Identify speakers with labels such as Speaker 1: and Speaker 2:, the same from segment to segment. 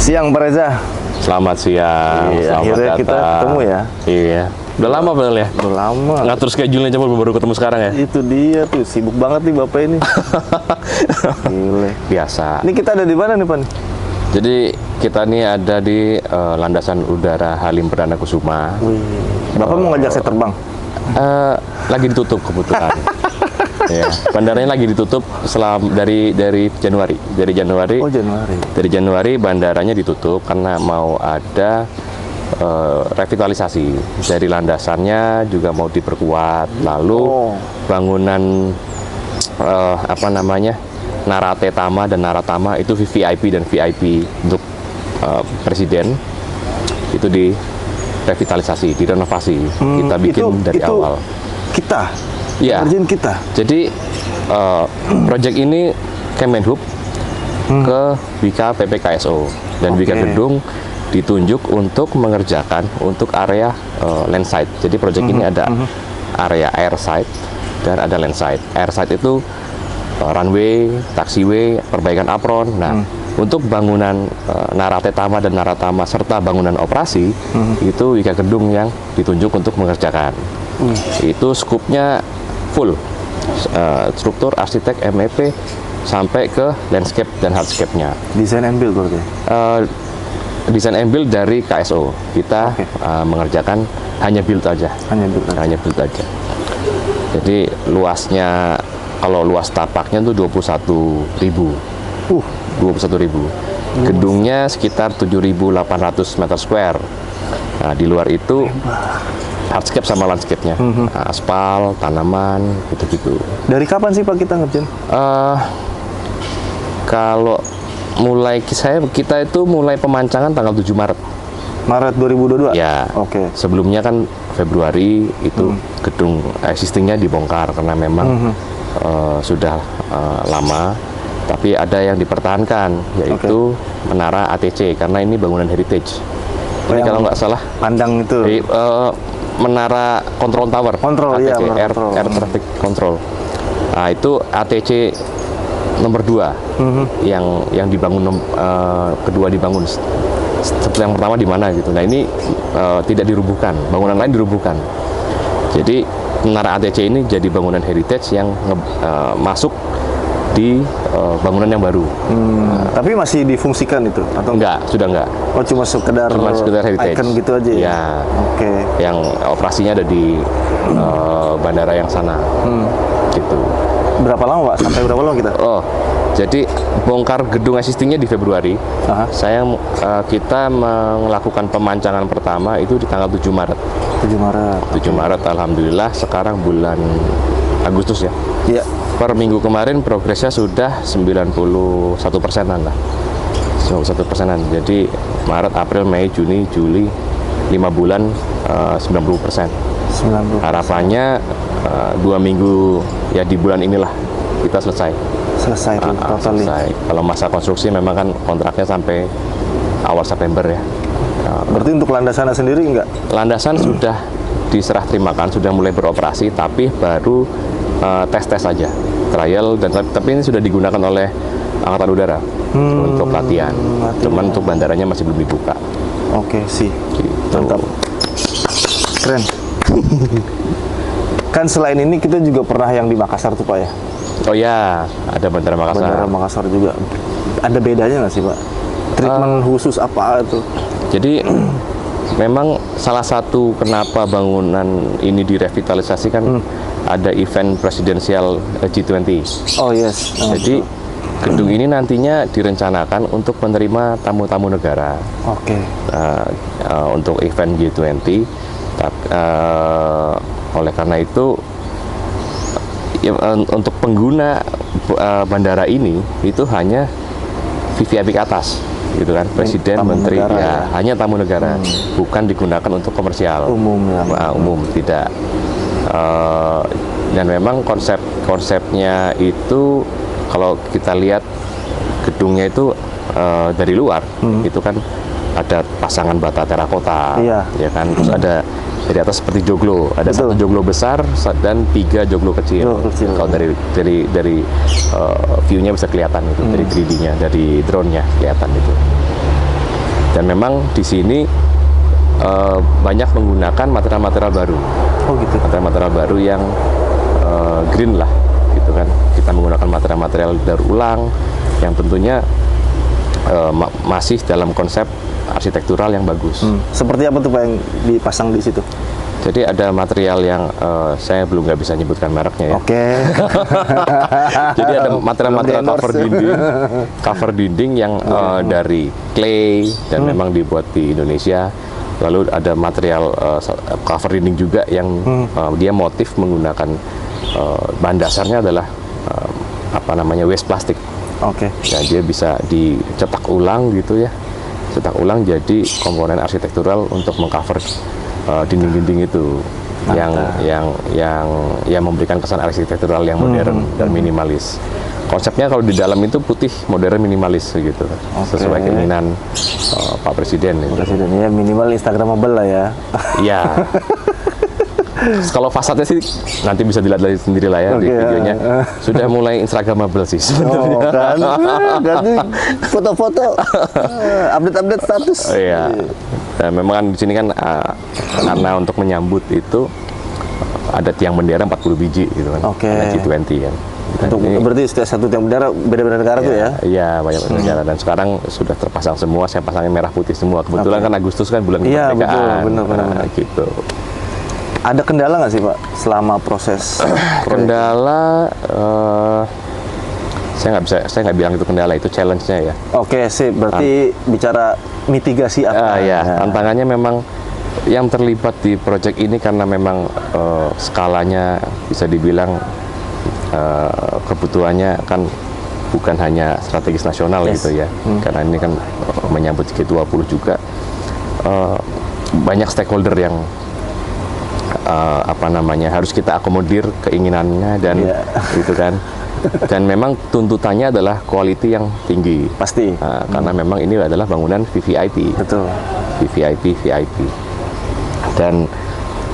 Speaker 1: Siang Pak Reza.
Speaker 2: Selamat siang,
Speaker 1: Iya,
Speaker 2: selamat
Speaker 1: akhirnya kita
Speaker 2: datang.
Speaker 1: ketemu ya.
Speaker 2: Iya. Udah lama padahal ya.
Speaker 1: Udah lama.
Speaker 2: Ngatur schedule-nya coba baru ketemu sekarang ya.
Speaker 1: Itu dia tuh sibuk banget nih Bapak ini. Gile.
Speaker 2: Biasa.
Speaker 1: Ini kita ada di mana nih Pan?
Speaker 2: Jadi kita nih ada di eh, landasan udara Halim Perdana Kusuma.
Speaker 1: Wih. Bapak mau ngajak saya terbang?
Speaker 2: Eh, lagi ditutup kebetulan. ya, bandaranya lagi ditutup selam dari dari Januari. Dari Januari
Speaker 1: Oh Januari.
Speaker 2: dari Januari bandaranya ditutup karena mau ada eh, revitalisasi dari landasannya juga mau diperkuat lalu
Speaker 1: Oh.
Speaker 2: bangunan eh, apa namanya Narate Tama dan Naratama itu VVIP dan VIP untuk eh, presiden itu di revitalisasi direnovasi kita bikin
Speaker 1: Hmm, Itu-
Speaker 2: dari
Speaker 1: itu
Speaker 2: awal
Speaker 1: Kita.
Speaker 2: Iya.
Speaker 1: Kerjaan kita.
Speaker 2: jadi eh, proyek ini Kemenhub ke Wika PPKSO dan Wika
Speaker 1: Oke.
Speaker 2: Gedung ditunjuk untuk mengerjakan untuk area eh, land site. Jadi proyek ini ada area air site dan ada land site. Air site itu eh, runway, taxiway, perbaikan apron. Nah, untuk bangunan eh, Narate Tama dan Naratama serta bangunan operasi itu Wika Gedung yang ditunjuk untuk mengerjakan. Itu skupnya full eh, struktur arsitek MEP sampai ke landscape dan hardscape-nya.
Speaker 1: Desain and build berarti.
Speaker 2: Eh, desain and build dari KSO. Kita
Speaker 1: Oke.
Speaker 2: eh, mengerjakan hanya build aja.
Speaker 1: Hanya Kan build aja.
Speaker 2: Hanya build aja. Jadi luasnya kalau luas tapaknya itu 21.000.
Speaker 1: Uh.
Speaker 2: 21.000. Gedungnya sekitar 7.800 meter square. Nah, di luar itu hardscape sama landscape-nya. Nah, Aspal, tanaman, gitu-gitu.
Speaker 1: Dari kapan sih Pak kita ngerjain?
Speaker 2: Eh, kalau mulai saya kita itu mulai pemancangan tanggal 7 Maret.
Speaker 1: Maret 2022?
Speaker 2: Ya.
Speaker 1: Oke.
Speaker 2: Sebelumnya kan Februari itu gedung existingnya dibongkar karena memang eh, sudah eh, lama. Tapi ada yang dipertahankan yaitu menara ATC karena ini bangunan heritage. Ini
Speaker 1: Yang-
Speaker 2: kalau nggak salah
Speaker 1: Pandang itu.
Speaker 2: di, eh, menara control tower.
Speaker 1: Control,
Speaker 2: ATC,
Speaker 1: iya, menara
Speaker 2: air,
Speaker 1: control.
Speaker 2: air traffic control. Nah, itu ATC nomor 2
Speaker 1: Mhm.
Speaker 2: yang yang dibangun nom- eh, kedua dibangun S- setelah yang pertama di mana gitu. Nah, ini eh, tidak dirubuhkan, bangunan lain dirubuhkan. Jadi menara ATC ini jadi bangunan heritage yang nge- eh, masuk di eh, bangunan yang baru.
Speaker 1: Hmm, Tapi masih difungsikan itu atau
Speaker 2: Enggak, sudah enggak.
Speaker 1: Oh cuma sekedar
Speaker 2: Cuma sekedar heritage.
Speaker 1: icon gitu aja ya.
Speaker 2: Iya.
Speaker 1: Oke.
Speaker 2: yang operasinya ada di eh, bandara yang sana gitu
Speaker 1: Berapa lama Pak? Sampai berapa lama kita?
Speaker 2: oh jadi bongkar gedung existingnya di Februari
Speaker 1: Aha.
Speaker 2: saya eh, kita melakukan pemancangan pertama itu di tanggal 7 Maret
Speaker 1: 7 Maret.
Speaker 2: 7 Maret Alhamdulillah sekarang bulan Agustus ya
Speaker 1: Iya.
Speaker 2: per minggu kemarin progresnya sudah 91 persenan lah 91 persenan jadi Maret, April, Mei, Juni, Juli 5 bulan eh, 90 persen
Speaker 1: 90.
Speaker 2: harapannya eh, dua minggu ya di bulan inilah kita selesai
Speaker 1: Selesai tuh
Speaker 2: Ah,
Speaker 1: totally.
Speaker 2: selesai kalau masa konstruksi memang kan kontraknya sampai awal September ya Nah,
Speaker 1: Berarti untuk landasan sendiri enggak?
Speaker 2: landasan sudah diserah terimakan sudah mulai beroperasi tapi baru tes tes saja trial dan tapi, tapi ini sudah digunakan oleh angkatan udara untuk latihan.
Speaker 1: latihan.
Speaker 2: cuman untuk bandaranya masih belum dibuka
Speaker 1: Oke, sih.
Speaker 2: gitu.
Speaker 1: Mantap. Keren. kan selain ini kita juga pernah yang di Makassar tuh Pak ya.
Speaker 2: oh ya ada bandara Makassar
Speaker 1: Bandara Makassar juga. Ada bedanya nggak sih Pak? Treatment khusus apa itu?
Speaker 2: Jadi memang salah satu kenapa bangunan ini direvitalisasi kan ada event presidensial eh, G20.
Speaker 1: Oh yes. Oh,
Speaker 2: Jadi gedung ini nantinya direncanakan untuk menerima tamu-tamu negara
Speaker 1: Oke.
Speaker 2: eh, eh, untuk event G20. Tap- eh, oleh karena itu ya, eh, untuk pengguna eh, bandara ini itu hanya VVIP ke atas gitu kan presiden
Speaker 1: tamu
Speaker 2: menteri
Speaker 1: negara
Speaker 2: ya,
Speaker 1: ya.
Speaker 2: hanya tamu negara bukan digunakan untuk komersial
Speaker 1: Umum ya.
Speaker 2: Nah, umum tidak Eh, dan memang konsep konsepnya itu kalau kita lihat gedungnya itu eh, dari luar itu kan ada pasangan bata terakota
Speaker 1: Iya.
Speaker 2: ya kan terus ada dari atas seperti joglo ada satu joglo besar sa- dan tiga joglo kecil,
Speaker 1: Joglo Iya. kecil.
Speaker 2: kalau dari dari dari
Speaker 1: Hmm.
Speaker 2: eh, view-nya bisa kelihatan itu dari 3D-nya dari drone-nya kelihatan itu Dan memang di sini eh, banyak menggunakan material-material baru,
Speaker 1: Oh gitu.
Speaker 2: material-material baru yang eh, green lah, gitu kan. Kita menggunakan material-material daur ulang yang tentunya eh, ma- masih dalam konsep arsitektural yang bagus.
Speaker 1: Hmm. Seperti apa tuh Pak yang dipasang di situ?
Speaker 2: Jadi ada material yang eh, saya belum nggak bisa nyebutkan mereknya ya.
Speaker 1: Oke.
Speaker 2: Jadi ada material-material
Speaker 1: Belum
Speaker 2: cover
Speaker 1: di-endorse.
Speaker 2: dinding, cover dinding yang eh, dari clay dan memang dibuat di Indonesia. Lalu ada material eh, so- cover dinding juga yang eh, dia motif menggunakan eh, bahan dasarnya adalah eh, apa namanya waste plastik.
Speaker 1: Oke.
Speaker 2: Ya dia bisa dicetak ulang gitu ya, cetak ulang jadi komponen arsitektural untuk mengcover eh, dinding-dinding itu yang yang yang yang memberikan kesan arsitektural yang modern dan minimalis. Konsepnya kalau di dalam itu putih modern minimalis gitu, sesuai keinginan eh, Pak Presiden. Gitu.
Speaker 1: Presiden ya minimal Instagramable lah ya.
Speaker 2: Iya. Terus Kalau fasadnya sih nanti bisa dilihat lagi sendiri lah ya
Speaker 1: Oke,
Speaker 2: di
Speaker 1: ya.
Speaker 2: videonya. Sudah mulai instagramable sih sebenarnya.
Speaker 1: Oh kan. Ganti foto-foto eh, update-update status.
Speaker 2: Oh, Iya. Dan memang kan di sini kan uh, karena untuk menyambut itu ada tiang bendera 40 biji gitu kan.
Speaker 1: Oke.
Speaker 2: Ada G20 kan. Dan
Speaker 1: Untuk
Speaker 2: ini-
Speaker 1: berarti setiap satu tiap bendera beda-beda negara tuh ya.
Speaker 2: Iya, banyak negara dan sekarang sudah terpasang semua, saya pasangnya merah putih semua. Kebetulan kan Agustus kan bulan
Speaker 1: Iya, betul.
Speaker 2: kemerdekaan.
Speaker 1: Benar, benar,
Speaker 2: Nah,
Speaker 1: benar.
Speaker 2: gitu.
Speaker 1: Ada kendala nggak sih Pak selama proses? proyek?
Speaker 2: Kendala eh, saya nggak bisa saya nggak bilang itu kendala, itu challenge-nya ya.
Speaker 1: Oke sih, berarti bicara mitigasi apa? Nah,
Speaker 2: Ah ya, tantangannya memang yang terlibat di proyek ini karena memang eh, skalanya bisa dibilang eh, kebutuhannya kan bukan hanya strategis nasional
Speaker 1: Yes.
Speaker 2: gitu ya, karena ini kan eh, menyambut G20 juga Eh, banyak stakeholder yang eh, apa namanya harus kita akomodir keinginannya dan
Speaker 1: Iya.
Speaker 2: gitu kan, dan memang tuntutannya adalah quality yang tinggi.
Speaker 1: Pasti.
Speaker 2: Nah, karena memang ini adalah bangunan VVIP.
Speaker 1: Betul.
Speaker 2: VVIP, VIP. Dan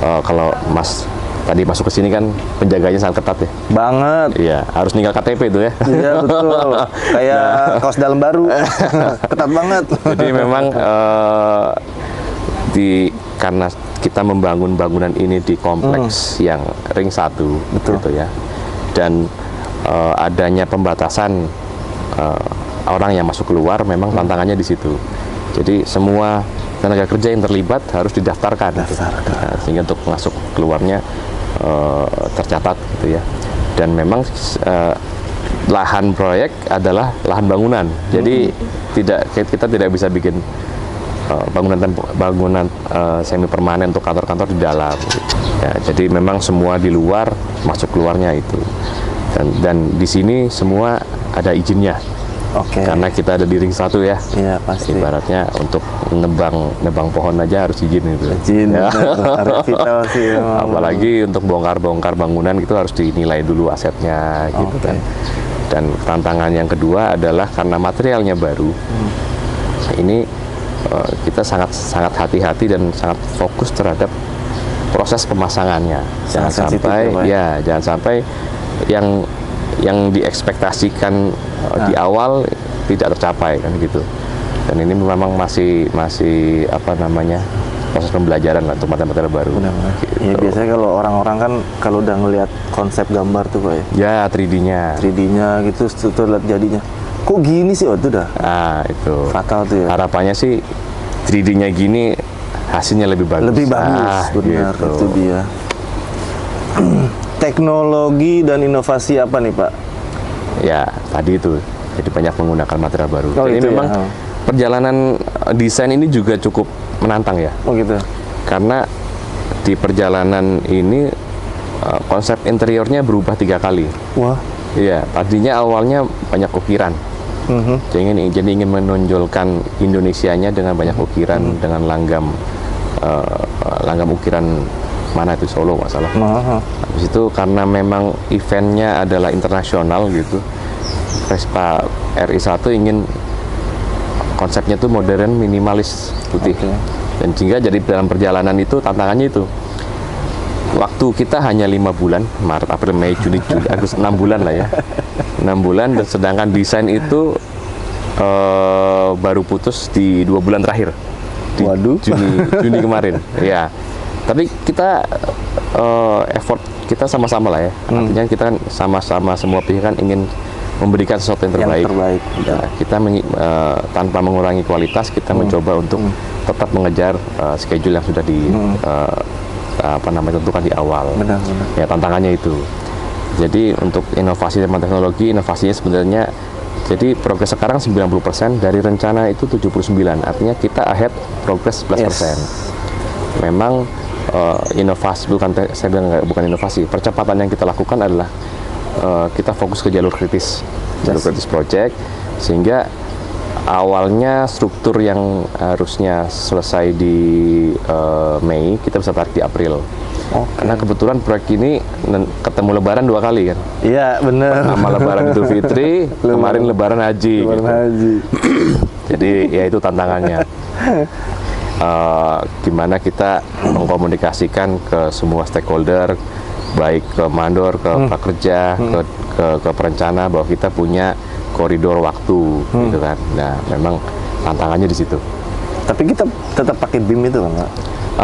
Speaker 2: eh, kalau Mas tadi masuk ke sini kan penjaganya sangat ketat ya.
Speaker 1: Banget.
Speaker 2: Iya, harus ninggal KTP itu ya.
Speaker 1: Iya betul. Kayak
Speaker 2: Nah.
Speaker 1: kaos dalam baru. Ketat banget.
Speaker 2: Jadi memang eh, di karena kita membangun bangunan ini di kompleks yang ring satu, gitu ya. Dan eh, adanya pembatasan eh, orang yang masuk keluar memang tantangannya di situ. Jadi semua tenaga kerja yang terlibat harus didaftarkan, gitu. Nah, sehingga untuk masuk keluarnya eh, tercatat gitu ya. Dan memang eh, lahan proyek adalah lahan bangunan. Jadi tidak kita tidak bisa bikin uh, bangunan tempo- bangunan uh, semi permanen untuk kantor-kantor di dalam. Ya, jadi memang semua di luar masuk keluarnya itu. Dan, dan di sini semua ada izinnya.
Speaker 1: Oke.
Speaker 2: Karena kita ada di ring satu ya.
Speaker 1: Iya pasti.
Speaker 2: Ibaratnya untuk nebang nebang pohon aja harus izin itu.
Speaker 1: Jin.
Speaker 2: Ya.
Speaker 1: Harus vital sih. memang.
Speaker 2: Apalagi untuk bongkar-bongkar bangunan itu harus dinilai dulu asetnya gitu
Speaker 1: Oke.
Speaker 2: kan. Dan tantangan yang kedua adalah karena materialnya baru.
Speaker 1: Hmm.
Speaker 2: Ini eh, kita sangat sangat hati-hati dan sangat fokus terhadap proses pemasangannya. Jangan
Speaker 1: Sangat sensitif
Speaker 2: sampai
Speaker 1: ya, Pak, ya?
Speaker 2: ya jangan sampai yang yang diekspektasikan eh,
Speaker 1: Nah.
Speaker 2: di awal tidak tercapai kan gitu dan ini memang masih masih apa namanya proses pembelajaran lah untuk material baru
Speaker 1: Benar-benar.
Speaker 2: Gitu.
Speaker 1: Ya biasanya kalau orang-orang kan kalau udah ngelihat konsep gambar tuh pak ya
Speaker 2: ya 3D-nya
Speaker 1: 3D-nya gitu, itu lihat jadinya. Kok gini sih? Oh itu dah
Speaker 2: ah itu
Speaker 1: fatal tuh ya.
Speaker 2: harapannya sih 3D-nya gini hasilnya lebih bagus
Speaker 1: Lebih bagus,
Speaker 2: Ah,
Speaker 1: benar
Speaker 2: gitu.
Speaker 1: itu dia. Teknologi dan inovasi apa nih pak?
Speaker 2: ya tadi itu jadi banyak menggunakan material baru
Speaker 1: Oh,
Speaker 2: jadi
Speaker 1: itu ya.
Speaker 2: memang
Speaker 1: Oh.
Speaker 2: perjalanan eh, desain ini juga cukup menantang ya
Speaker 1: Oh gitu.
Speaker 2: karena di perjalanan ini eh, konsep interiornya berubah tiga kali.
Speaker 1: Wah.
Speaker 2: Iya, tadinya awalnya banyak ukiran.
Speaker 1: Mhm.
Speaker 2: Jadi ingin, jadi ingin menonjolkan Indonesianya dengan banyak ukiran, dengan langgam eh, langgam ukiran mana itu Solo nggak salah.
Speaker 1: Nah,
Speaker 2: Habis itu karena memang eventnya adalah internasional gitu, Vespa RI1 ingin konsepnya tuh modern minimalis putih.
Speaker 1: Oke.
Speaker 2: Dan sehingga jadi dalam perjalanan itu tantangannya itu. Waktu kita hanya lima bulan, Maret, April, Mei, Juni, Juli, Agustus, enam bulan lah ya, enam bulan. Dan sedangkan desain itu eh, baru putus di dua bulan terakhir. Di
Speaker 1: Waduh.
Speaker 2: Juni Juni kemarin. ya. Tapi kita eh, effort kita sama-sama lah ya. Artinya kita kan sama-sama semua pihak kan ingin memberikan sesuatu yang
Speaker 1: Yang
Speaker 2: terbaik.
Speaker 1: terbaik,
Speaker 2: Ya, kita mengi- eh, tanpa mengurangi kualitas kita mencoba untuk tetap mengejar eh, schedule yang sudah di eh, apa namanya tentukan di awal.
Speaker 1: Benar, benar.
Speaker 2: Ya tantangannya itu. Jadi untuk inovasi sama teknologi, inovasinya sebenarnya jadi progres sekarang 90% dari rencana itu 79. Artinya kita ahead progres 11%. Memang eh, inovasi bukan te- saya bilang nggak- bukan inovasi. Percepatan yang kita lakukan adalah eh, kita fokus ke jalur kritis. Jalur kritis project sehingga awalnya struktur yang harusnya selesai di eh, Mei kita bisa tarik di April.
Speaker 1: Oke.
Speaker 2: Karena kebetulan proyek ini nen- ketemu Lebaran dua kali kan,
Speaker 1: Iya, benar.
Speaker 2: sama Lebaran Idul Fitri, kemarin Lebaran Haji.
Speaker 1: Lebaran
Speaker 2: gitu.
Speaker 1: haji.
Speaker 2: Jadi ya itu tantangannya. Eh, gimana kita mengkomunikasikan ke semua stakeholder, baik ke mandor, ke pekerja, ke, ke ke perencana bahwa kita punya koridor waktu, gitu kan. Nah, memang tantangannya di situ.
Speaker 1: Tapi kita tetap pakai BIM itu kan, Pak?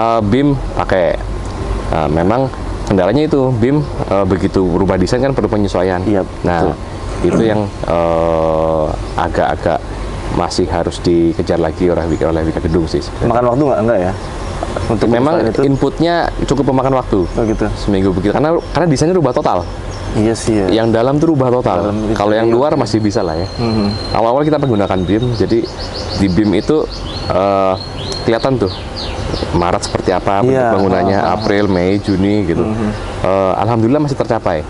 Speaker 2: Eh, BIM pakai. Eh, memang kendalanya itu BIM eh, begitu berubah desain kan perlu penyesuaian.
Speaker 1: Iya,
Speaker 2: Nah, itu yang eh, agak-agak masih harus dikejar lagi oleh Wika- oleh Wika Gedung sih.
Speaker 1: Makan waktu nggak? Enggak ya? Untuk
Speaker 2: Memang
Speaker 1: perusahaan itu?
Speaker 2: inputnya cukup memakan waktu
Speaker 1: Oh gitu.
Speaker 2: seminggu begitu karena karena desainnya rubah total.
Speaker 1: Iya sih ya.
Speaker 2: Yang dalam tuh rubah total.
Speaker 1: Dalam itu
Speaker 2: Kalau yang
Speaker 1: iya.
Speaker 2: luar masih bisa lah ya.
Speaker 1: Mhm.
Speaker 2: Awal-awal kita menggunakan BIM, jadi di BIM itu eh, kelihatan tuh Maret seperti apa bentuk
Speaker 1: Iya,
Speaker 2: bangunannya,
Speaker 1: ah, Mm-hmm. ah, ah.
Speaker 2: April, Mei, Juni gitu. Eh, Alhamdulillah masih tercapai,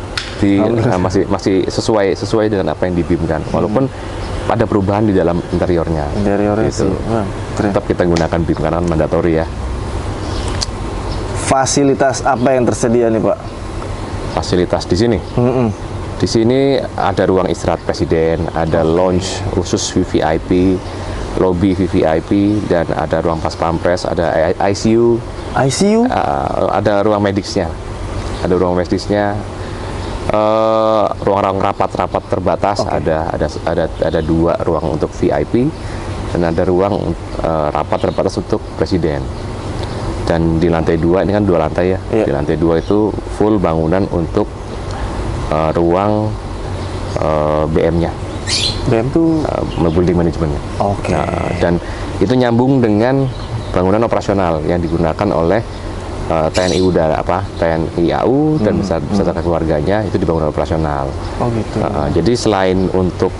Speaker 2: di, eh, masih masih sesuai sesuai dengan apa yang di BIM kan. Walaupun
Speaker 1: Mm-hmm.
Speaker 2: ada perubahan di dalam interiornya.
Speaker 1: Interiornya
Speaker 2: Gitu.
Speaker 1: sih. Wah, keren.
Speaker 2: Tetap kita gunakan BIM karena mandatori ya.
Speaker 1: Fasilitas apa yang tersedia nih Pak?
Speaker 2: Fasilitas di sini.
Speaker 1: Mhm.
Speaker 2: Di sini ada ruang istirahat presiden, ada lounge khusus VVIP, lobby VVIP, dan ada ruang pas pampres, ada I- ICU,
Speaker 1: ICU?
Speaker 2: uh, ada ruang medisnya, ada ruang medisnya, eh, ruang-ruang rapat-rapat terbatas, ada ada ada ada dua ruang untuk VIP dan ada ruang eh, rapat terbatas untuk presiden. Dan di lantai dua ini kan dua lantai ya,
Speaker 1: Iya.
Speaker 2: di lantai dua itu full bangunan untuk eh, ruang eh, BM-nya,
Speaker 1: BM tuh?
Speaker 2: eh, building management-nya.
Speaker 1: Oke.
Speaker 2: Nah, dan itu nyambung dengan bangunan operasional yang digunakan oleh eh, TNI Udara apa TNI AU
Speaker 1: Hmm,
Speaker 2: dan besar beserta keluarganya itu di bangunan operasional.
Speaker 1: Oh gitu.
Speaker 2: Eh, jadi selain untuk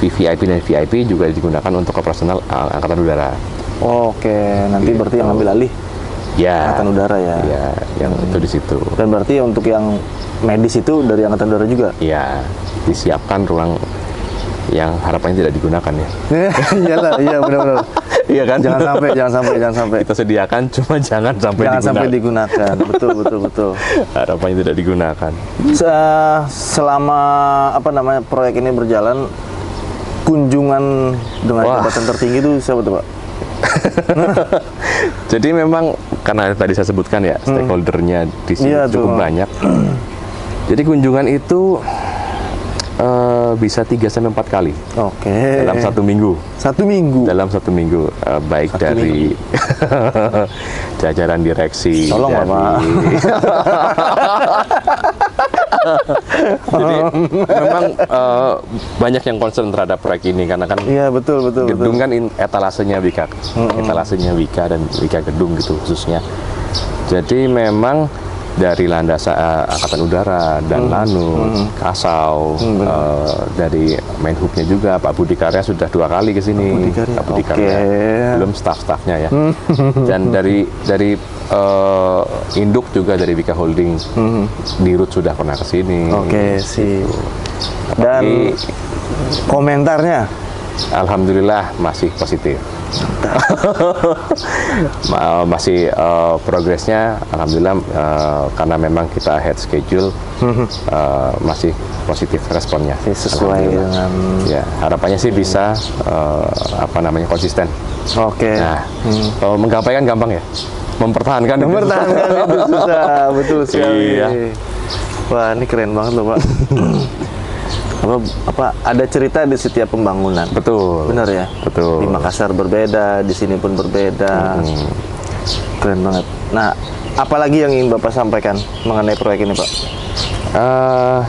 Speaker 2: VVIP dan VIP juga digunakan untuk operasional eh, Angkatan Udara.
Speaker 1: Oke, nanti berarti yang ambil alih
Speaker 2: Ya.
Speaker 1: Angkatan Udara ya.
Speaker 2: Ya, yang itu di situ.
Speaker 1: Dan berarti untuk yang medis itu dari Angkatan Udara juga?
Speaker 2: Ya, disiapkan ruang yang harapannya tidak digunakan ya.
Speaker 1: Iyalah, iya benar-benar.
Speaker 2: Iya kan?
Speaker 1: Jangan sampai, jangan sampai, jangan sampai.
Speaker 2: Kita sediakan cuma jangan sampai
Speaker 1: Jangan
Speaker 2: digunakan.
Speaker 1: sampai digunakan. Betul, betul, betul.
Speaker 2: harapannya tidak digunakan.
Speaker 1: Se- selama apa namanya proyek ini berjalan kunjungan dengan
Speaker 2: Wah.
Speaker 1: jabatan tertinggi itu siapa tuh pak?
Speaker 2: Jadi memang karena tadi saya sebutkan ya stakeholdernya di sini
Speaker 1: Hmm. Iya,
Speaker 2: cukup
Speaker 1: tuh.
Speaker 2: banyak. Jadi kunjungan itu eh, bisa 3 sampai 4 kali
Speaker 1: Oke.
Speaker 2: dalam satu minggu.
Speaker 1: Satu minggu.
Speaker 2: Dalam satu minggu eh, baik dari jajaran direksi
Speaker 1: Tolong,
Speaker 2: dari-
Speaker 1: Bapak.
Speaker 2: Jadi memang eh, banyak yang concern terhadap proyek ini karena kan
Speaker 1: Iya betul betul
Speaker 2: gedung
Speaker 1: betul.
Speaker 2: kan in- etalasenya Wika, etalasenya Wika dan Wika gedung gitu khususnya. Jadi memang dari landasan eh, angkatan udara dan Lanut, Kasau,
Speaker 1: Mm,
Speaker 2: eh, dari Menhubnya juga Pak Budi Karya sudah dua kali ke sini.
Speaker 1: Budi Karya,
Speaker 2: Pak Budi
Speaker 1: oke. Mm.
Speaker 2: Karya, belum staff-staffnya ya. dan dari dari eh, induk juga dari Wika Holding, Dirut sudah pernah ke sini.
Speaker 1: Mm-hmm. Oke sih. Dan
Speaker 2: Jadi,
Speaker 1: komentarnya
Speaker 2: Alhamdulillah masih positif. Ma- masih eh, progresnya alhamdulillah eh, karena memang kita ahead schedule eh, masih positif responnya.
Speaker 1: Oke, Hmm. sesuai
Speaker 2: Alhamdulillah.
Speaker 1: dengan
Speaker 2: ya harapannya sih bisa eh, apa namanya konsisten.
Speaker 1: oke.
Speaker 2: Nah, kalau menggapai kan gampang ya. Mempertahankan itu
Speaker 1: Hmm. Mempertahankan itu susah betul sekali.
Speaker 2: Iya.
Speaker 1: Wah ini keren banget loh pak. apa, apa ada cerita di setiap pembangunan.
Speaker 2: Betul.
Speaker 1: Benar ya?
Speaker 2: Betul.
Speaker 1: Di Makassar berbeda, di sini pun berbeda. Keren banget. Nah, apalagi yang ingin Bapak sampaikan mengenai proyek ini, Pak?
Speaker 2: Eh,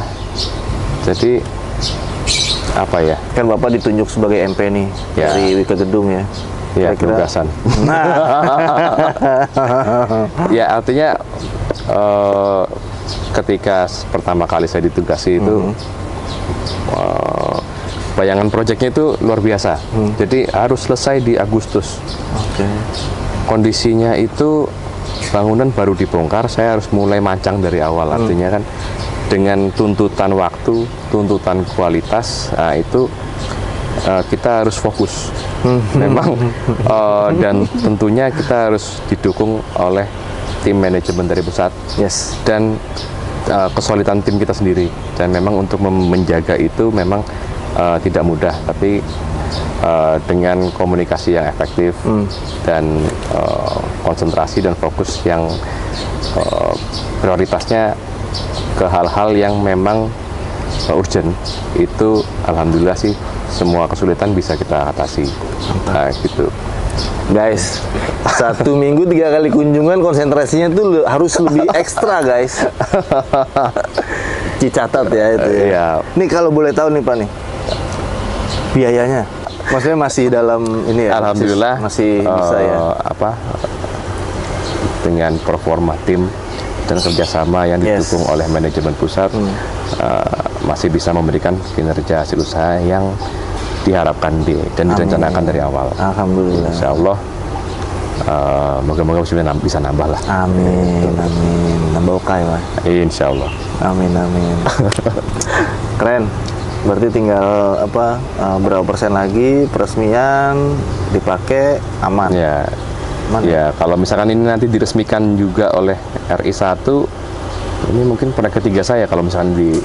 Speaker 2: jadi apa ya?
Speaker 1: Kan Bapak ditunjuk sebagai MP nih
Speaker 2: Ya.
Speaker 1: dari Wika Gedung ya.
Speaker 2: Ya,
Speaker 1: Kira-kira-
Speaker 2: kebebasan.
Speaker 1: Nah,
Speaker 2: ya artinya eh, ketika s- pertama kali saya ditugasi itu
Speaker 1: Hmm.
Speaker 2: eh, bayangan proyeknya itu luar biasa.
Speaker 1: Hmm.
Speaker 2: Jadi harus selesai di Agustus.
Speaker 1: oke.
Speaker 2: Kondisinya itu bangunan baru dibongkar, saya harus mulai mancang dari awal. Artinya kan dengan tuntutan waktu, tuntutan kualitas nah itu eh, kita harus fokus. Memang eh, dan tentunya kita harus didukung oleh tim manajemen dari pusat
Speaker 1: Yes.
Speaker 2: dan uh, kesulitan tim kita sendiri dan memang untuk mem- menjaga itu memang uh, tidak mudah tapi uh, dengan komunikasi yang efektif dan uh, konsentrasi dan fokus yang uh, prioritasnya ke hal-hal yang memang uh, urgent itu alhamdulillah sih semua kesulitan bisa kita atasi nah, gitu
Speaker 1: Guys, satu minggu tiga kali kunjungan konsentrasinya tuh le- harus lebih ekstra guys. Dicatat ya itu. Ya.
Speaker 2: Iya.
Speaker 1: Nih kalau boleh tahu nih Pak nih, biayanya, maksudnya masih dalam ini ya?
Speaker 2: Alhamdulillah
Speaker 1: masih, masih bisa ya.
Speaker 2: eh, apa dengan performa tim dan kerjasama yang
Speaker 1: Yes. Hmm.
Speaker 2: didukung oleh manajemen pusat eh, masih bisa memberikan kinerja hasil usaha yang diharapkan di dan direncanakan dari awal.
Speaker 1: Alhamdulillah.
Speaker 2: Insya Allah eh, moga-moga bisa nam- bisa nambah lah.
Speaker 1: Amin, amin. Nambah okai Pak.
Speaker 2: Insya Allah.
Speaker 1: Amin, amin. Keren. Berarti tinggal apa eh, berapa persen lagi peresmian dipakai aman.
Speaker 2: Ya,
Speaker 1: Mana?
Speaker 2: ya kalau misalkan ini nanti diresmikan juga oleh RI 1 ini mungkin proyek ketiga saya kalau misalkan di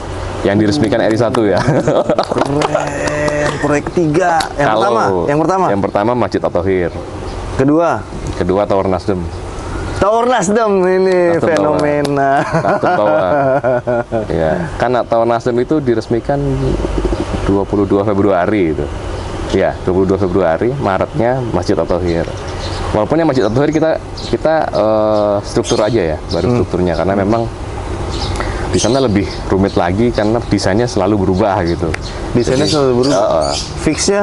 Speaker 2: yang diresmikan RI 1 ya.
Speaker 1: Hmm. Keren, proyek tiga. Yang
Speaker 2: Kalau-
Speaker 1: pertama, yang pertama,
Speaker 2: Yang pertama Masjid At-Tahir.
Speaker 1: kedua,
Speaker 2: Kedua Tower Nasdem.
Speaker 1: Tower Nasdem ini
Speaker 2: Nasdem Tower.
Speaker 1: fenomena.
Speaker 2: Nasdem Tower. ya, karena Tower Nasdem itu diresmikan 22 Februari itu. Ya, 22 Februari, Maretnya Masjid At-Tahir. Walaupun yang Masjid At-Tahir kita kita eh, struktur aja ya,
Speaker 1: Hmm.
Speaker 2: baru strukturnya karena memang di sana lebih rumit lagi karena desainnya selalu berubah gitu.
Speaker 1: Desainnya
Speaker 2: Jadi,
Speaker 1: selalu berubah.
Speaker 2: eh, eh.
Speaker 1: Fixnya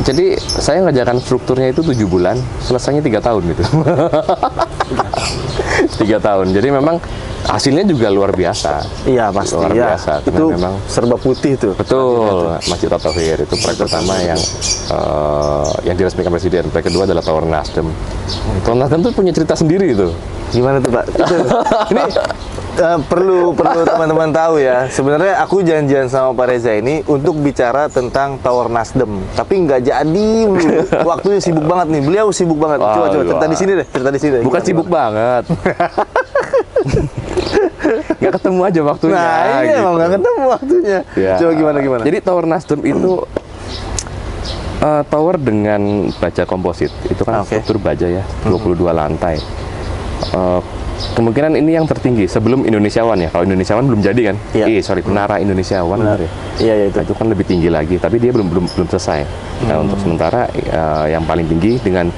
Speaker 2: Jadi saya ngerjakan strukturnya itu tujuh bulan, selesainya tiga tahun gitu. Tiga tahun. Jadi memang hasilnya juga luar biasa.
Speaker 1: iya pasti
Speaker 2: Luar
Speaker 1: ya.
Speaker 2: biasa. Karena
Speaker 1: Itu
Speaker 2: memang
Speaker 1: serba putih tuh.
Speaker 2: betul Masjid At Tauhir itu proyek pertama yang eh, yang diresmikan presiden. Proyek kedua adalah Tower Nasdem. Tower Nasdem tuh punya cerita sendiri itu.
Speaker 1: Gimana tuh Pak? Itu- ini eh, perlu perlu teman-teman tahu ya. Sebenarnya aku janjian sama Pak Reza ini untuk bicara tentang Tower Nasdem, tapi nggak jadi. Waktunya sibuk banget nih. Beliau sibuk banget.
Speaker 2: Wah,
Speaker 1: Coba coba cerita
Speaker 2: wah.
Speaker 1: di sini deh, cerita di sini deh.
Speaker 2: ah. Bukan
Speaker 1: Gimana,
Speaker 2: sibuk
Speaker 1: Pak?
Speaker 2: banget. Gak ketemu aja waktunya.
Speaker 1: Nah, ini
Speaker 2: gitu.
Speaker 1: emang nggak ketemu waktunya.
Speaker 2: Ya.
Speaker 1: Coba gimana gimana?
Speaker 2: Jadi tower Nasdem itu eh, tower dengan baja komposit. Itu
Speaker 1: Ah,
Speaker 2: kan
Speaker 1: Oke. Mhm.
Speaker 2: struktur baja ya, 22 lantai. Eh, kemungkinan ini yang tertinggi sebelum Indonesiawan ya. Kalau Indonesiawan belum jadi kan?
Speaker 1: Iya.
Speaker 2: Eh, sorry, Menara Indonesiawan benar ya.
Speaker 1: Iya, iya itu.
Speaker 2: Nah, itu kan lebih tinggi lagi, tapi dia belum belum belum selesai. Nah,
Speaker 1: Hmm.
Speaker 2: untuk sementara eh, yang paling tinggi dengan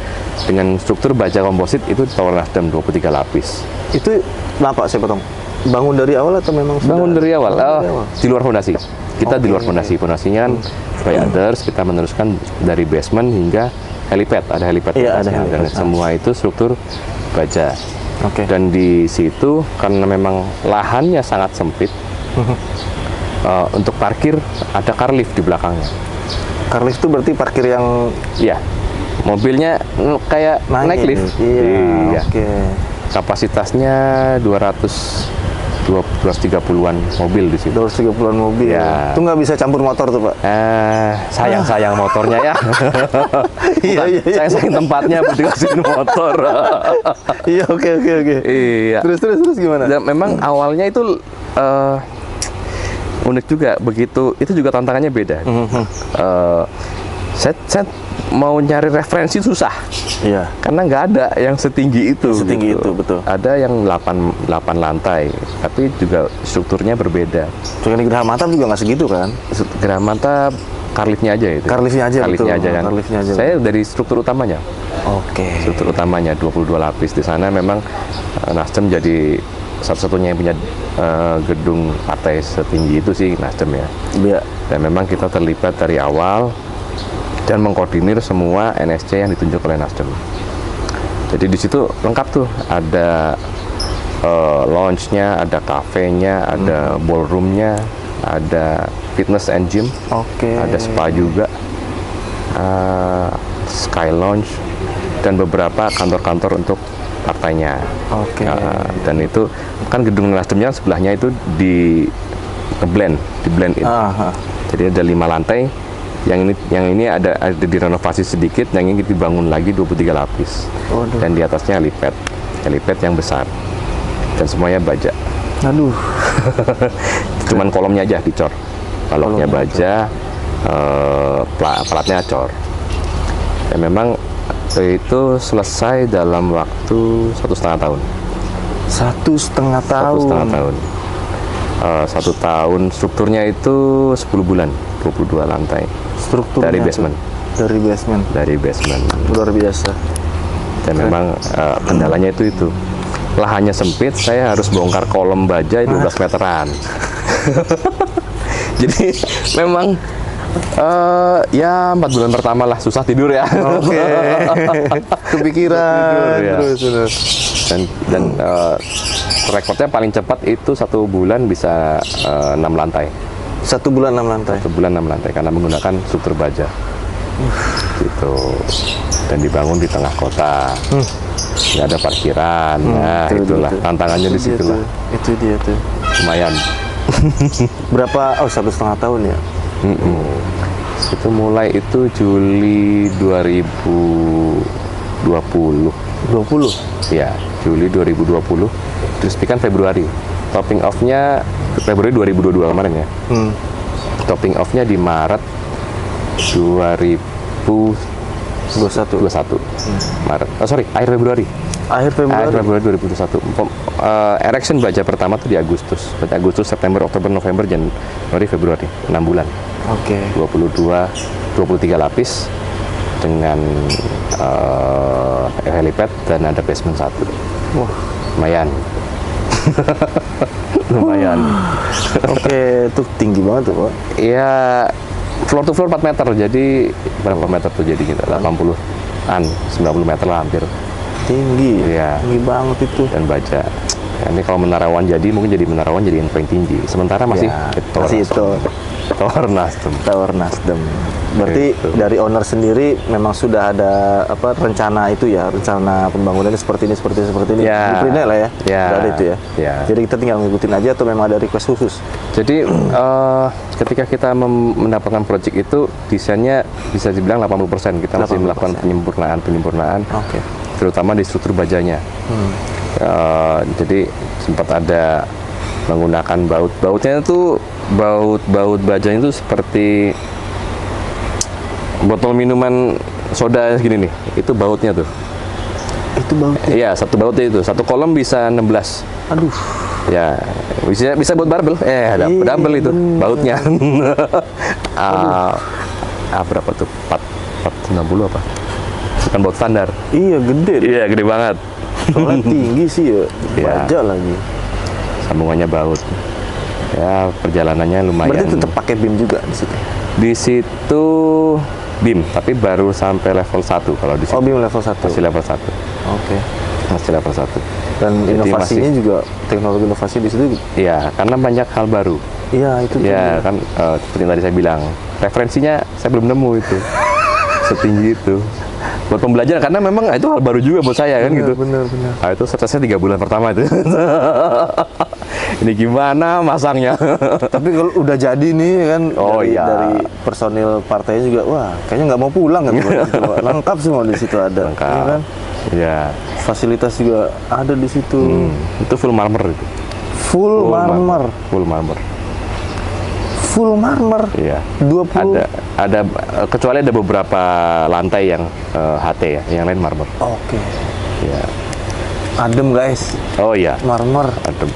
Speaker 2: dengan struktur baja komposit itu Tower Nasdem 23 lapis.
Speaker 1: Itu kenapa saya potong? Bangun dari awal atau memang sudah-
Speaker 2: bangun dari awal,
Speaker 1: Bangun dari
Speaker 2: eh,
Speaker 1: awal.
Speaker 2: di luar fondasi kita di luar
Speaker 1: Oke. Hmm.
Speaker 2: fondasi fondasinya kan by others kita meneruskan dari basement hingga helipad ada helipad
Speaker 1: Iya,
Speaker 2: atasnya.
Speaker 1: ada
Speaker 2: dan
Speaker 1: helipad.
Speaker 2: semua itu struktur baja
Speaker 1: Oke.
Speaker 2: dan di situ karena memang lahannya sangat sempit
Speaker 1: Hmm.
Speaker 2: eh, untuk parkir ada car lift di belakangnya
Speaker 1: Car lift itu berarti parkir yang
Speaker 2: iya mobilnya mm, kayak
Speaker 1: naik.
Speaker 2: naik lift
Speaker 1: Iya. Oke.
Speaker 2: kapasitasnya 200 230-an mobil di situ
Speaker 1: 230-an mobil.
Speaker 2: Iya.
Speaker 1: Itu nggak bisa campur motor tuh, Pak.
Speaker 2: Eh, sayang sayang motornya ya.
Speaker 1: Iya, iya, iya.
Speaker 2: Sayang sayang tempatnya buat dikasihin motor.
Speaker 1: Iya, oke oke oke.
Speaker 2: iya.
Speaker 1: Terus hmm. terus terus gimana?
Speaker 2: Dan memang awalnya itu eh,
Speaker 1: Hmm. Mhm.
Speaker 2: unik juga begitu. Itu juga tantangannya beda. Eh, saya, saya mau nyari referensi susah
Speaker 1: Iya.
Speaker 2: karena nggak ada yang setinggi itu. gitu.
Speaker 1: Setinggi itu, betul.
Speaker 2: Ada yang 8, 8 lantai, tapi juga strukturnya berbeda.
Speaker 1: Teknik Geraha Mantap juga nggak segitu kan?
Speaker 2: Gramanta karlifnya aja itu.
Speaker 1: Karlifnya aja,
Speaker 2: Karlifnya
Speaker 1: betul.
Speaker 2: aja kan.
Speaker 1: Karlifnya aja.
Speaker 2: Saya dari struktur utamanya.
Speaker 1: Oke.
Speaker 2: Struktur utamanya 22 lapis di sana memang eh, Nasdem jadi satu-satunya yang punya eh, gedung partai setinggi itu sih Nasdem ya.
Speaker 1: Iya.
Speaker 2: Dan memang kita terlibat dari awal dan mengkoordinir semua NSC yang ditunjuk oleh Nasdem. Jadi di situ lengkap tuh, ada eh, lounge-nya, ada kafenya, ada ballroom-nya, ada fitness and gym,
Speaker 1: Oke.
Speaker 2: ada spa juga, eh, sky lounge dan beberapa kantor-kantor untuk partainya.
Speaker 1: Oke.
Speaker 2: Eh, dan itu kan gedung Nasdemnya sebelahnya itu di blend, di blend in.
Speaker 1: Aha.
Speaker 2: Jadi ada lima lantai. Yang ini yang ini ada ada direnovasi sedikit, yang ini dibangun lagi 23 lapis.
Speaker 1: Waduh.
Speaker 2: Dan di atasnya helipad. Helipad yang besar. Dan semuanya baja.
Speaker 1: Aduh.
Speaker 2: Cuman kolomnya aja dicor. Baloknya baja, eh, pla- platnya cor. Dan memang eh, itu selesai dalam waktu satu setengah tahun.
Speaker 1: Satu setengah tahun.
Speaker 2: Satu setengah tahun. Eh, satu tahun strukturnya itu 10 bulan, 22 lantai.
Speaker 1: Strukturnya
Speaker 2: Dari
Speaker 1: tuh.
Speaker 2: basement.
Speaker 1: Dari basement.
Speaker 2: Dari basement.
Speaker 1: Luar biasa. Kan?
Speaker 2: dan memang eh, kendalanya itu itu lahannya sempit saya harus bongkar kolom baja 12 meteran jadi memang eh, ya empat bulan pertama lah susah tidur ya
Speaker 1: Oke. Kepikiran
Speaker 2: Tidur, ya.
Speaker 1: terus terus.
Speaker 2: dan dan eh, rekornya paling cepat itu satu bulan bisa eh, enam lantai
Speaker 1: Satu bulan enam lantai.
Speaker 2: sebulan enam lantai karena menggunakan struktur baja gitu dan dibangun di tengah kota nggak ada parkiran nah
Speaker 1: Tuh,
Speaker 2: itulah
Speaker 1: gitu.
Speaker 2: tantangannya
Speaker 1: Itu
Speaker 2: di
Speaker 1: dia
Speaker 2: situlah
Speaker 1: tuh, Itu dia tuh.
Speaker 2: lumayan
Speaker 1: Berapa? Oh, satu setengah tahun ya.
Speaker 2: itu mulai itu Juli 2020
Speaker 1: 20.
Speaker 2: ya Juli 2020 terus kan Februari topping off-nya Februari 2022 kemarin ya
Speaker 1: Hmm.
Speaker 2: topping off-nya di Maret 2021
Speaker 1: 21.
Speaker 2: Maret oh sorry akhir Februari
Speaker 1: Akhir
Speaker 2: akhir
Speaker 1: Februari.
Speaker 2: Februari 2021 Pem- eh, erection baja pertama tuh di Agustus berarti Agustus September Oktober November Januari Februari 6 bulan
Speaker 1: Oke.
Speaker 2: 22 23 lapis dengan eh, helipad dan ada basement satu
Speaker 1: Wah.
Speaker 2: lumayan lumayan
Speaker 1: Oke, itu tinggi banget tuh, Pak.
Speaker 2: ya floor to floor 4 meter jadi berapa meter tuh jadi kita 80 an 90 meter lah hampir
Speaker 1: Tinggi.
Speaker 2: Iya.
Speaker 1: Tinggi banget itu.
Speaker 2: dan baja Ya, ini kalau menarawan jadi mungkin jadi menarawan jadi yang paling tinggi sementara masih
Speaker 1: Ya,
Speaker 2: Tor-
Speaker 1: masih itu.
Speaker 2: Tor Nasdem.
Speaker 1: Tower Nasdem. Berarti
Speaker 2: Gitu.
Speaker 1: dari owner sendiri memang sudah ada apa rencana itu ya, rencana pembangunannya seperti ini, seperti ini, seperti ini.
Speaker 2: Ya.
Speaker 1: Blueprint-nya lah ya.
Speaker 2: Ya.
Speaker 1: Sudah ada itu ya.
Speaker 2: Ya.
Speaker 1: Jadi kita tinggal ngikutin aja atau memang ada request khusus?
Speaker 2: Jadi eh, ketika kita mem- mendapatkan project itu desainnya bisa dibilang 80% kita masih
Speaker 1: 80%.
Speaker 2: melakukan penyempurnaan-penyempurnaan
Speaker 1: Oke.
Speaker 2: terutama di struktur bajanya.
Speaker 1: Hmm.
Speaker 2: Eh, jadi sempat ada menggunakan baut. Bautnya itu baut-baut bajanya itu seperti botol minuman soda segini nih. Itu bautnya tuh.
Speaker 1: Itu banget.
Speaker 2: Iya, satu bautnya itu. Satu kolom bisa 16.
Speaker 1: Aduh.
Speaker 2: Ya, bisa bisa buat barbel. Eh, ada
Speaker 1: Iya,
Speaker 2: dumbbell itu
Speaker 1: bener.
Speaker 2: bautnya. ah, ah, berapa tuh? 4 460 apa? Bukan baut standar.
Speaker 1: Iya, gede. deh.
Speaker 2: Iya, gede banget.
Speaker 1: Soalnya tinggi sih ya.
Speaker 2: Iya.
Speaker 1: Baja lagi.
Speaker 2: Sambungannya baut. Ya, perjalanannya lumayan.
Speaker 1: Berarti tetap pakai BIM juga di situ.
Speaker 2: di situ BIM, tapi baru sampai level 1 kalau di situ.
Speaker 1: Oh, BIM level 1.
Speaker 2: Masih
Speaker 1: Oke.
Speaker 2: level 1. Masih level 1.
Speaker 1: Dan
Speaker 2: Jadi
Speaker 1: inovasinya
Speaker 2: masih-
Speaker 1: juga teknologi inovasi di situ.
Speaker 2: Iya, karena banyak hal baru.
Speaker 1: Iya, itu tuh.
Speaker 2: Ya kan eh, seperti yang tadi saya bilang, referensinya saya belum nemu itu. Setinggi itu. Buat pembelajaran karena memang itu hal baru juga buat saya kan gitu.
Speaker 1: Iya, Benar, benar.
Speaker 2: Ah, itu searchnya tiga bulan pertama itu. Ini gimana masangnya?
Speaker 1: Tapi kalau udah jadi nih kan
Speaker 2: Oh,
Speaker 1: dari,
Speaker 2: iya.
Speaker 1: dari personil partainya juga wah kayaknya nggak mau pulang kan gitu, Pak. lengkap semua di situ ada
Speaker 2: Lengkap.
Speaker 1: ya kan?
Speaker 2: Ya,
Speaker 1: fasilitas juga ada di situ
Speaker 2: Hmm. itu full marmer itu.
Speaker 1: Hmm. full, marmer
Speaker 2: Full marmer.
Speaker 1: full marmer
Speaker 2: Iya.
Speaker 1: 20
Speaker 2: Ada ada eh, kecuali ada beberapa lantai yang eh, HT ya, yang lain marmer.
Speaker 1: Oke.
Speaker 2: Ya.
Speaker 1: Adem guys,
Speaker 2: Oh iya,
Speaker 1: marmer.
Speaker 2: adem.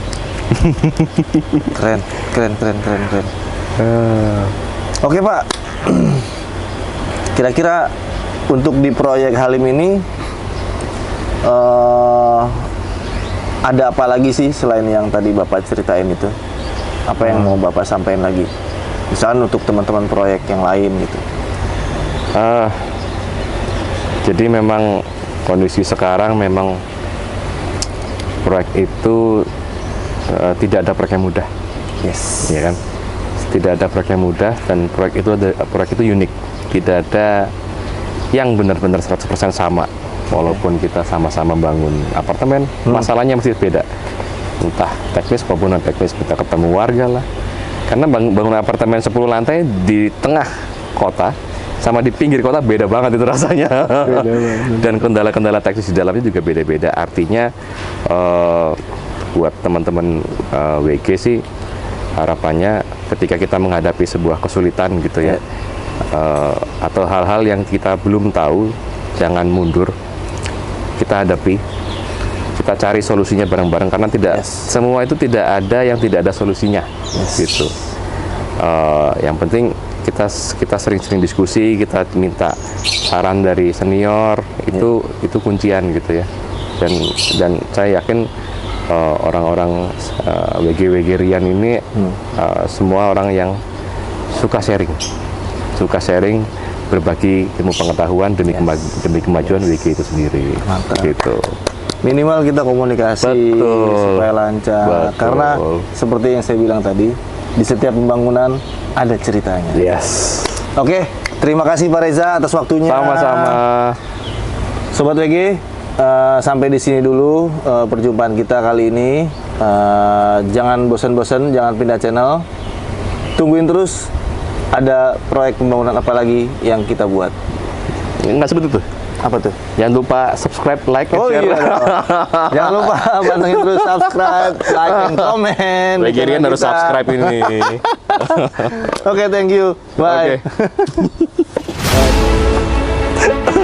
Speaker 1: Keren, keren, keren, keren, keren. Eh, Oke Pak, kira-kira untuk di proyek Halim ini eh ada apa lagi sih selain yang tadi Bapak ceritain itu? Apa yang mau Bapak sampaikan lagi? Misalnya untuk teman-teman proyek yang lain gitu.
Speaker 2: Ah, jadi memang kondisi sekarang memang proyek itu eh, tidak ada proyek yang mudah,
Speaker 1: Yes.
Speaker 2: ya kan? Tidak ada proyek yang mudah dan proyek itu ada, proyek itu unik. Tidak ada yang benar-benar 100% sama. Walaupun kita sama-sama bangun apartemen, masalahnya masih beda. Entah teknis maupun non teknis kita ketemu warga lah. Karena bang- bangun apartemen 10 lantai di tengah kota sama di pinggir kota beda banget itu rasanya. Dan kendala-kendala teknis di dalamnya juga beda-beda. Artinya eh, buat teman-teman eh, WG sih harapannya ketika kita menghadapi sebuah kesulitan gitu ya eh, atau hal-hal yang kita belum tahu jangan mundur kita hadapi kita cari solusinya bareng-bareng karena tidak semua itu tidak ada yang tidak ada solusinya gitu Eh, yang penting kita kita sering-sering diskusi kita minta saran dari senior itu
Speaker 1: Ya.
Speaker 2: itu kuncian gitu ya dan dan saya yakin eh, orang-orang eh, WG-WG Rian ini
Speaker 1: Hmm.
Speaker 2: eh, semua orang yang suka sharing suka sharing berbagi ilmu pengetahuan demi kema- demi kemajuan WG itu sendiri
Speaker 1: Mantap.
Speaker 2: gitu
Speaker 1: minimal kita komunikasi
Speaker 2: Betul.
Speaker 1: supaya lancar
Speaker 2: Betul.
Speaker 1: karena seperti yang saya bilang tadi di setiap pembangunan ada ceritanya
Speaker 2: yes
Speaker 1: oke terima kasih Pak Reza atas waktunya
Speaker 2: sama-sama
Speaker 1: Sobat WG, eh, sampai di sini dulu eh, perjumpaan kita kali ini. Eh, jangan bosan-bosan, jangan pindah channel. Tungguin terus ada proyek pembangunan apa lagi yang kita buat.
Speaker 2: nggak seperti itu
Speaker 1: Apa tuh?
Speaker 2: jangan lupa subscribe like and
Speaker 1: Ya. Oh
Speaker 2: share
Speaker 1: iya. Jangan lupa pantengin terus subscribe, like, and comment. di
Speaker 2: WG Rian
Speaker 1: channel
Speaker 2: harus
Speaker 1: kita.
Speaker 2: subscribe ini
Speaker 1: Oke, thank you. Bye.
Speaker 2: Oke.